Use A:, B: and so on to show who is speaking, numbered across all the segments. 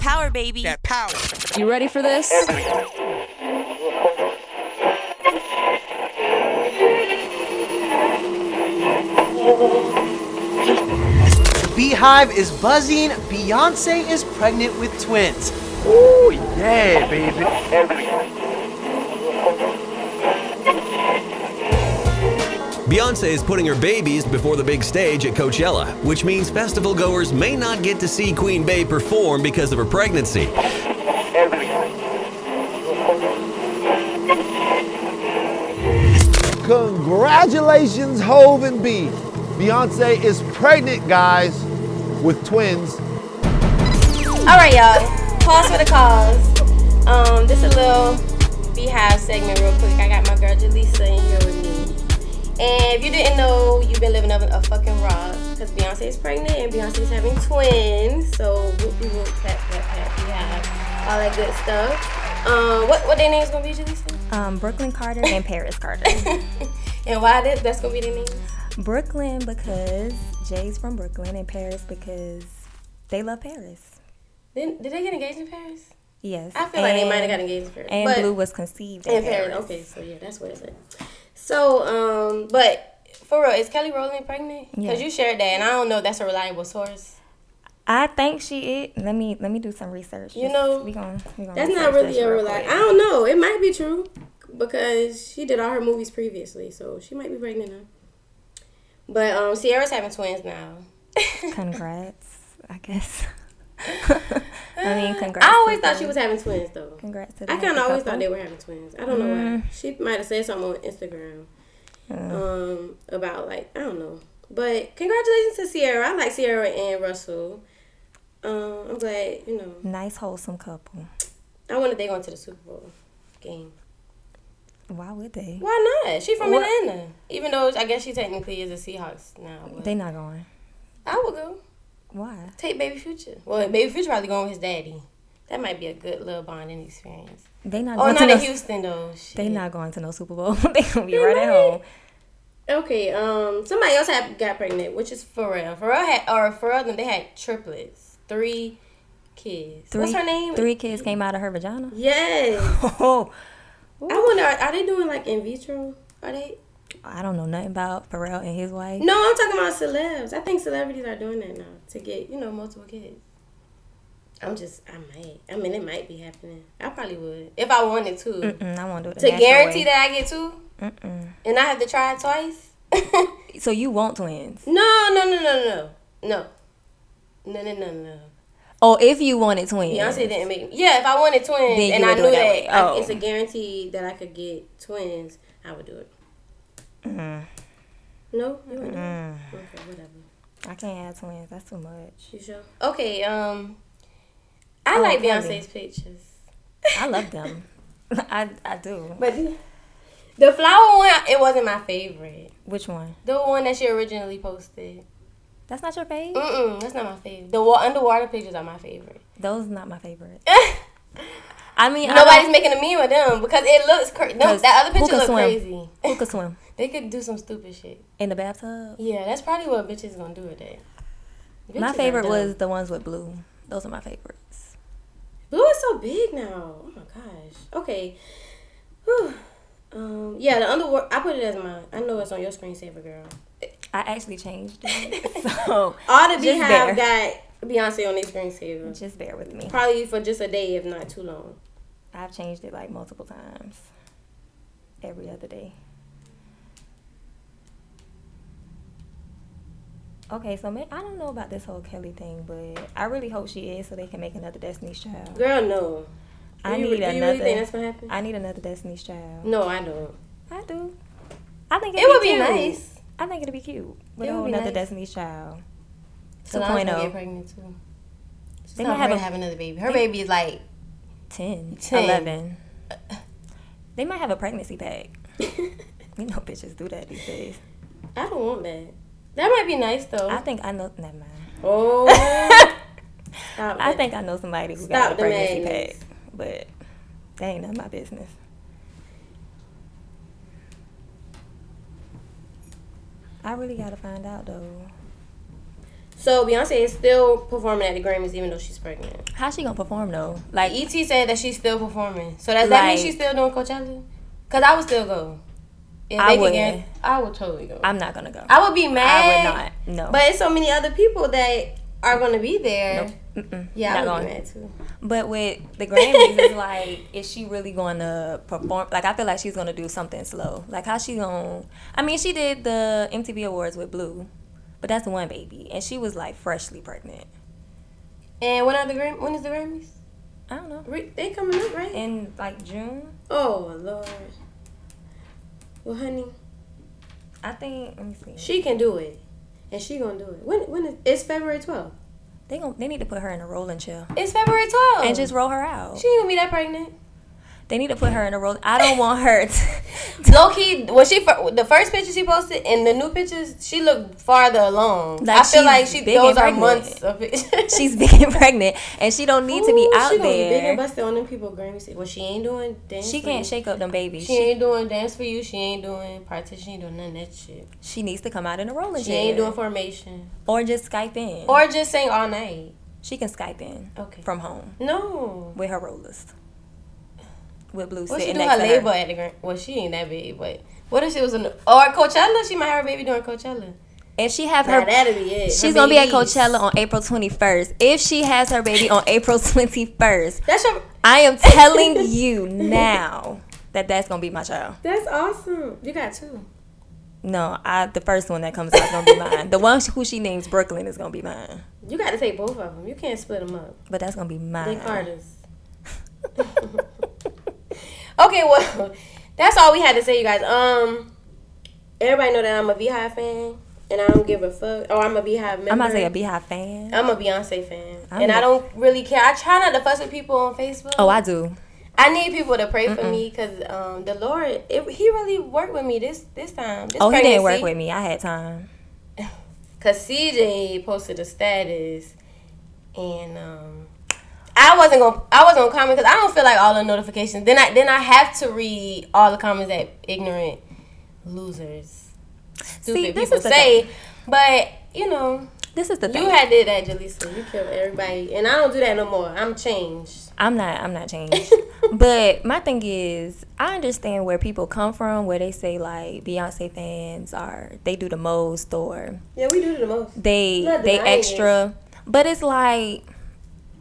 A: power, baby.
B: That power.
C: You ready for this?
D: Beehive is buzzing. Beyonce is pregnant with twins.
E: Ooh, yeah, baby.
F: Beyonce is putting her babies before the big stage at Coachella, which means festival goers may not get to see Queen Bey perform because of her pregnancy.
G: Congratulations, Hove and B. Beyonce is pregnant, guys, with twins.
H: All right, y'all. Pause for the cause. Um, this is a little beehive segment, real quick. I got my girl Jaleesa in here with me. And if you didn't know, you've been living up a fucking rock because Beyonce is pregnant and Beyonce is having twins. So whoop de whoop, pat pat pat, beehive, all that good stuff. Um, what what their names gonna be, Jaleesa?
A: Um, Brooklyn Carter and Paris Carter.
H: And why that that's gonna be their names?
A: Brooklyn because Jay's from Brooklyn and Paris because they love Paris.
H: Did, did they get engaged in Paris?
A: Yes.
H: I feel like they might have got engaged in Paris.
A: And
H: but-
A: Blue was conceived in
H: And Paris.
A: Paris.
H: Okay, so yeah, that's what it's at. So, um, but for real, is Kelly Rowland pregnant? Because
A: Yeah.
H: you shared that, and I don't know if that's a reliable source.
A: I think she is. Let me let me do some research.
H: You know,
A: we gonna, we gonna
H: That's
A: research
H: not really
A: this
H: a
A: real
H: reliable.
A: quick.
H: I don't know. It might be true because she did all her movies previously, so she might be pregnant now. But um, Sierra's having twins now.
A: Congrats, I guess. I mean, congrats.
H: I
A: to
H: always thought
A: them.
H: she was having twins though.
A: Congrats to
H: I
A: the
H: kind of
A: happy
H: always
A: couple.
H: thought they were having twins. I don't know
A: Mm.
H: why. She might have said something on Instagram um, about like I don't know. But congratulations to Sierra. I like Sierra and Russell. Um, I'm glad you know.
A: nice wholesome couple.
H: I wonder if they going to the Super Bowl game.
A: Why would they?
H: Why not? She from
A: What-
H: Atlanta. Even though I guess she technically is a Seahawks now. but
A: They not going.
H: I would go
A: Why?
H: take Baby Future. Well, Baby Future probably going with his daddy. That might be a good little bonding experience.
A: They not.
H: Oh,
A: going
H: not
A: to
H: in
A: no,
H: Houston though. Shit.
A: They not going to no Super Bowl. they gonna be right at home.
H: Okay, um, somebody else had got pregnant, which is Pharrell. Pharrell had, or Pharrell, them, they had triplets, three kids.
A: Three,
H: What's her name?
A: Three kids came out of her vagina.
H: Yes.
A: Oh,
H: I wonder, are, are they doing like in vitro? Are they?
A: I don't know nothing about Pharrell and his wife.
H: No, I'm talking about celebs. I think celebrities are doing that now to get you know multiple kids. I'm just, I might. I mean, it might be happening. I probably would if I wanted to.
A: Mm, I want to do it. the
H: To
A: natural
H: guarantee
A: way.
H: that I get two, and I have to try it twice.
A: So you want twins?
H: No, no, no, no, no, no, no, no, no, no.
A: Oh, if you wanted twins.
H: Beyonce didn't make. Yeah, if I wanted twins
A: Then you
H: and I
A: would do
H: knew
A: it that
H: that,
A: way.
H: I-
A: Oh.
H: it's a guarantee that I could get twins, I would do it.
A: Mm-hmm.
H: No, you wouldn't. do
A: Mm.
H: it? Okay, whatever.
A: I can't have twins. That's too much.
H: You sure? Okay. Um, I
A: Oh,
H: like
A: Kelly.
H: Beyonce's pictures,
A: I love them. I I do.
H: but the flower one, it wasn't my favorite.
A: Which one?
H: The one that she originally posted.
A: That's not your fave.
H: Mm-mm, that's not my favorite. The wa- underwater pictures are my favorite.
A: Those not my favorite. I mean,
H: Nobody's making a meme of them because it looks crazy. That other
A: who
H: picture
A: can
H: looked
A: swim?
H: crazy.
A: I don't, who could swim
H: They could do some stupid shit.
A: in the bathtub?
H: Yeah, that's probably what bitches gonna do today. Bitches
A: My
H: are
A: favorite
H: dumb.
A: was the ones with blue. Those are my favorites.
H: blue is so big now. Oh my gosh. Okay. Whew. Um. Yeah, the underwater. I put it as mine. I know it's on your screensaver, girl.
A: I actually changed it, so
H: All the
A: Just
H: beehive
A: there.
H: got Beyonce on their screensaver.
A: just bear with me.
H: Probably for just a day, if not too long.
A: I've changed it like multiple times, every other day. Okay, so man, I don't know about this whole Kelly thing, but I really hope she is, so they can make another Destiny's Child.
H: Girl, no. Do
A: I
H: you,
A: need
H: do you
A: another.
H: really think that's gonna happen?
A: I need another Destiny's Child.
H: no, I don't.
A: I do. I think
H: It would be
A: cute.
H: nice.
A: I think it'd be cute. With
H: It would
A: a whole
H: be
A: another
H: nice.
A: Destiny's Child. oh,
H: Solange gonna
A: 2.0.
H: get pregnant too. She's
A: They
H: not
A: might have
H: ready
A: a
H: to have another baby. Her baby is like
A: 10,
H: 10.
A: 11. They might have a pregnancy pack. You know, bitches do that these days.
H: I don't want that. That might be nice though.
A: I think I know. Never mind.
H: oh, stop
A: I
H: that.
A: think I know somebody who
H: Stop
A: got a
H: the
A: pregnancy
H: madness.
A: pack, but that ain't none of my business. I really gotta find out though.
H: So Beyonce is still performing at the Grammys even though she's pregnant.
A: How's she gonna perform though? Like,
H: Et said that she's still performing. So does that mean
A: Like-
H: she's still doing Coachella? Cause I would still go. If
A: I
H: they could
A: wouldn't.
H: guarantee- I would totally go.
A: I'm not gonna go.
H: I would be mad.
A: I would not. No.
H: But it's so many other people that are gonna be there.
A: Mm-mm.
H: Yeah,
A: Not
H: I would be
A: going.
H: mad too.
A: But with the Grammys, it's like, is she really going to perform? Like, I feel like she's going to do something slow. Like, how's she going? to I mean, she did the MTV Awards with Blue, but that's one baby, and she was like freshly pregnant.
H: And when are the Gram- when is the Grammys?
A: I don't know.
H: Re- they coming up, right?
A: In like June,
H: oh Lord. Well, honey,
A: I think. Let me see.
H: she can do it, and she gonna do it. When when is it's February twelfth?
A: They gon' they need to put her in a rolling chair
H: It's February twelfth.
A: and just roll her out.
H: Oh. she ain't gonna be that pregnant.
A: They need to put her in a roll. I don't want her. To,
H: Low key, when she fir- the first picture she posted and the new pictures, she looked farther along.
A: Like
H: I feel
A: she's
H: like she
A: big
H: those
A: and
H: are
A: pregnant.
H: months of pictures.
A: she's big and pregnant, and she don't need to be
H: Ooh,
A: out
H: she gonna Be big and
A: there.
H: busted on them people Grammy. Well, she ain't doing dance.
A: She
H: for
A: can't
H: You.
A: shake up them babies.
H: She ain't doing dance for you. She ain't doing partition. She ain't doing none of that shit.
A: She needs to come out in a rolling
H: She
A: chair.
H: ain't doing formation
A: or just Skype in.
H: or just sing all night.
A: she can Skype in
H: Okay.
A: from home
H: no.
A: with her rollers. With blue
H: Well, she
A: sitting
H: do
A: next
H: her
A: to
H: labor
A: her.
H: at the grand. Well, she ain't that big, but what if she was an or Coachella? She might have her baby doing Coachella.
A: If she have
H: Now
A: her,
H: that'll be it. Her
A: she's gonna be at
H: babies.
A: Coachella on April 21st. If she has her baby on April 21st,
H: That's your.
A: I am telling you now that that's gonna be my child.
H: That's awesome. You got two.
A: No, I the first one that comes out is gonna be mine. The one who she names Brooklyn is gonna be mine.
H: You got to take both of them. You can't split them up.
A: But that's gonna be
H: They
A: mine.
H: Carters. Okay, well, that's all we had to say, you guys. Um, everybody know that I'm a Beehive fan, and I don't give a fuck. Oh, I'm a Beehive member.
A: I'm not say a Beehive fan.
H: I'm a Beyonce fan,
A: I'm
H: and I
A: a-
H: don't really care. I try not to fuss with people on Facebook.
A: Oh, I do.
H: I need people to pray for me because um, the Lord, it, He really worked with me this this time. This
A: Oh, he didn't work with me. I had time.
H: Cause CJ posted a status, and um, I wasn't gonna I wasn't gonna comment because I don't feel like all the notifications. Then I then I have to read all the comments that ignorant losers, stupid
A: this
H: people
A: is the
H: say. But you know,
A: This is the thing.
H: you had did that, Jaleesa. You killed everybody, and I don't do that no more. I'm changed.
A: I'm not I'm not changed. but my thing is I understand where people come from where they say like Beyonce fans are they do the most or
H: Yeah, we do the most.
A: they
H: Not
A: they
H: denying
A: extra. But it's like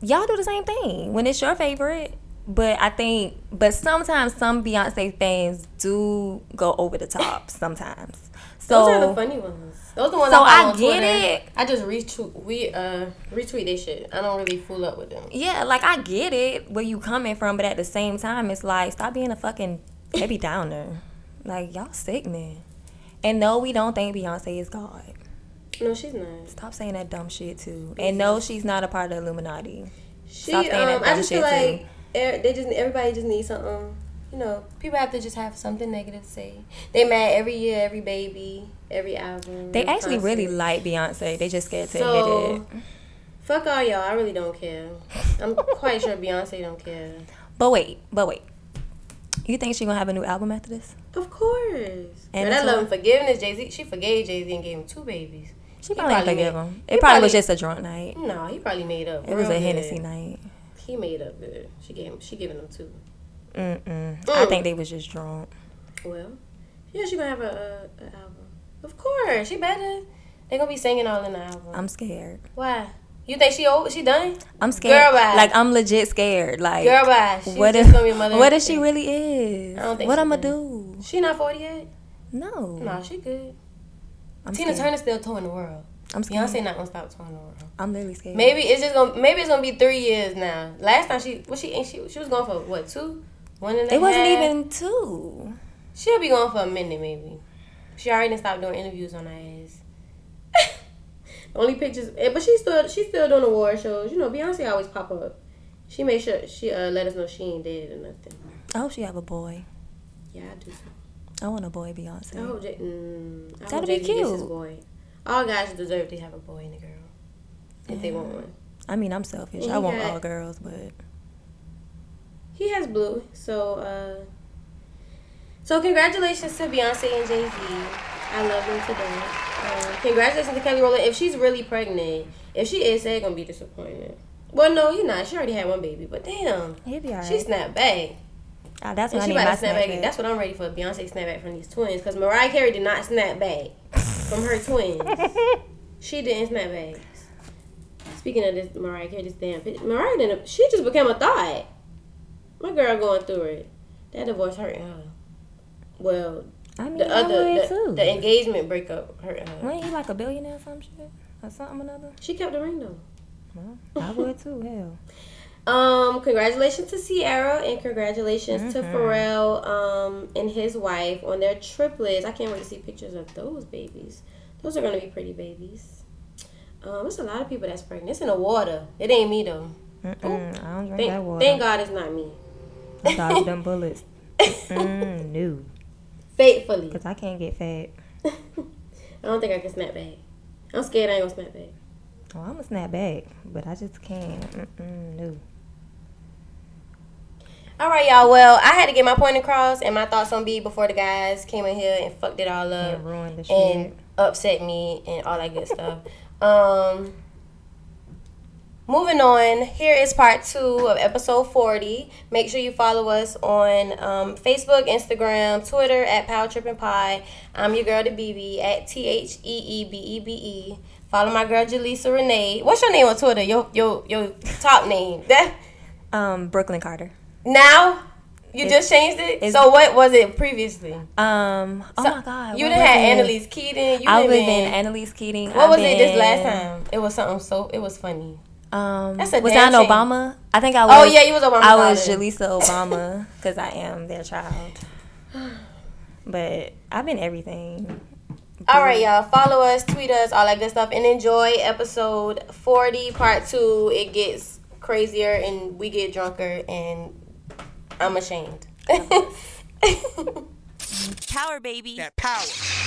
A: y'all do the same thing when it's your favorite. But I think but sometimes some Beyonce fans do go over the top sometimes. So
H: Those are the funny ones. Those are the ones
A: So
H: I, follow
A: I
H: on
A: get
H: Twitter.
A: it.
H: I just retweet we uh retweet their shit. I don't really fool up with them.
A: yeah, like I get it where you coming from, but at the same time, it's like stop being a fucking Debbie Downer. Like y'all sickening. And no, we don't think Beyonce is God.
H: No, she's not.
A: Stop saying that dumb shit too. And no, she's not a part of the Illuminati.
H: She,
A: Stop saying that
H: um, I
A: dumb
H: just feel
A: shit,
H: like
A: too.
H: er, they just everybody just needs something. You know, people have to just have something negative to say. They mad every year, every baby, every album.
A: They
H: every
A: actually really
H: concert.
A: like Beyonce. They just scared to
H: So-
A: admit it.
H: Fuck all y'all. I really don't care. I'm quite sure Beyonce don't care.
A: But wait, but wait. You think she gonna have a new album after this?
H: Of course.
A: And
H: And that
A: it's
H: love
A: all-
H: and forgiveness, Jay Z. She forgave Jay Z and gave him two babies.
A: She probably, ain't
H: probably
A: forgive
H: made-
A: him.
H: he
A: It probably was
H: probably-
A: just a drunk night.
H: No, he probably made up.
A: It was
H: real
A: a Hennessy
H: good.
A: night.
H: He made up good. She gave him. She giving him two.
A: Mm mm. I think they was just drunk.
H: Well, yeah, she gonna have a, a, a album. Of course, she better. They gonna be singing all in the album.
A: I'm scared.
H: Why? You think she old? She done?
A: I'm scared.
H: Girl bye.
A: Like I'm legit scared. Like
H: Girl, bye. She's
A: what
H: just
A: if
H: gonna be a mother.
A: what if she really is?
H: I don't think
A: what
H: she
A: I'm gonna
H: can.
A: do?
H: She not forty yet.
A: No.
H: No, she good.
A: I'm
H: Tina
A: scared.
H: Turner still touring the world.
A: I'm scared.
H: Beyonce not gonna stop touring the world.
A: I'm literally scared.
H: Maybe it's just gonna. Maybe it's gonna be three years now. Last time she, well, she ain't she. She was going for what two, one and a
A: it wasn't
H: half?
A: even two.
H: She'll be going for a minute maybe. She already done stopped doing interviews on her ass. Only pictures, eh, but she's still she's still doing award shows. You know, Beyonce always pop up. She made sure she uh, let us know she ain't dead or nothing.
A: I hope she have a boy.
H: Yeah, I do.
A: I want a boy, Beyonce.
H: I hope Jay. Mm, I hope
A: That'd be
H: Jay-Z gets his
A: cute.
H: boy. All guys deserve to have a boy and a girl if they want one.
A: I mean, I'm selfish.
H: And
A: I
H: he
A: want
H: got-
A: all girls, but
H: He has blue, so uh, so congratulations to Beyonce and Jay Z. I love them today. Um, Um, congratulations to Kelly Rowland. If she's really pregnant, if she is, they're gonna be disappointed. Well, no, you're not. She already had one baby, but damn,
A: He'll be alright.
H: she snapped back.
A: Ah, that's
H: And
A: what I
H: she
A: need
H: about
A: my
H: to snap back.
A: snapback.
H: That's what I'm ready for. Beyonce snap back from these twins because Mariah Carey did not snap back from her twins. she didn't snap back. Speaking of this Mariah Carey, this damn bitch- Mariah didn't. She just became a thought. My girl going through it. That divorce hurting her. Well,
A: I mean,
H: the
A: I
H: other
A: would
H: the,
A: too.
H: the engagement breakup hurting her.
A: Wasn't he like a billionaire or some shit? Or something or another?
H: She kept the ring though.
A: I would too, hell.
H: Um, congratulations to Sierra and congratulations to
A: Mm-hmm.
H: Pharrell um, and his wife on their triplets. I can't wait to see pictures of those babies. Those are gonna be pretty babies. Um, it's a lot of people that's pregnant. It's in the water. It ain't me though.
A: Mm-mm, I don't drink
H: Thank,
A: that water.
H: thank God it's not me.
A: I dodged them bullets. Mm, no,
H: Faithfully,
A: because I can't get fat.
H: I don't think I can snap back. I'm scared I ain't gonna snap back.
A: Oh, I'm going to snap back, but I just can't. Mm-mm, no.
H: All right, y'all. Well, I had to get my point across and my thoughts on B before the guys came in here and fucked it all up
A: And ruined the shit.
H: and upset me and all that good stuff. Um, moving on, here is part two of episode 40. Make sure you follow us on um, Facebook, Instagram, Twitter at Power Trip and Pod. I'm your girl, the BB, at T H E E B E B E. Follow my girl, Jaleesa Renee. What's your name on Twitter? Your your your top name. That
A: Um, Brooklyn Carter.
H: now you just changed it. So what was it previously?
A: Um, oh
H: So-
A: my God.
H: you
A: what
H: done
A: was
H: had
A: it?
H: Annalise Keating. You
A: I
H: done
A: was in
H: been-
A: Annalise Keating.
H: What
A: I've
H: was it this
A: been-
H: last time? It was something so it was funny.
A: Um,
H: That's a
A: was I
H: damn
A: an
H: shame.
A: Obama? I think I was.
H: Oh, yeah, you was Obama's
A: I was
H: daughter.
A: Jaleesa Obama because I am their child. But I've been everything.
H: All right, y'all. Follow us, tweet us, all that good stuff, and enjoy episode forty, part two. It gets crazier and we get drunker, and I'm ashamed.
A: Power baby.
B: That power.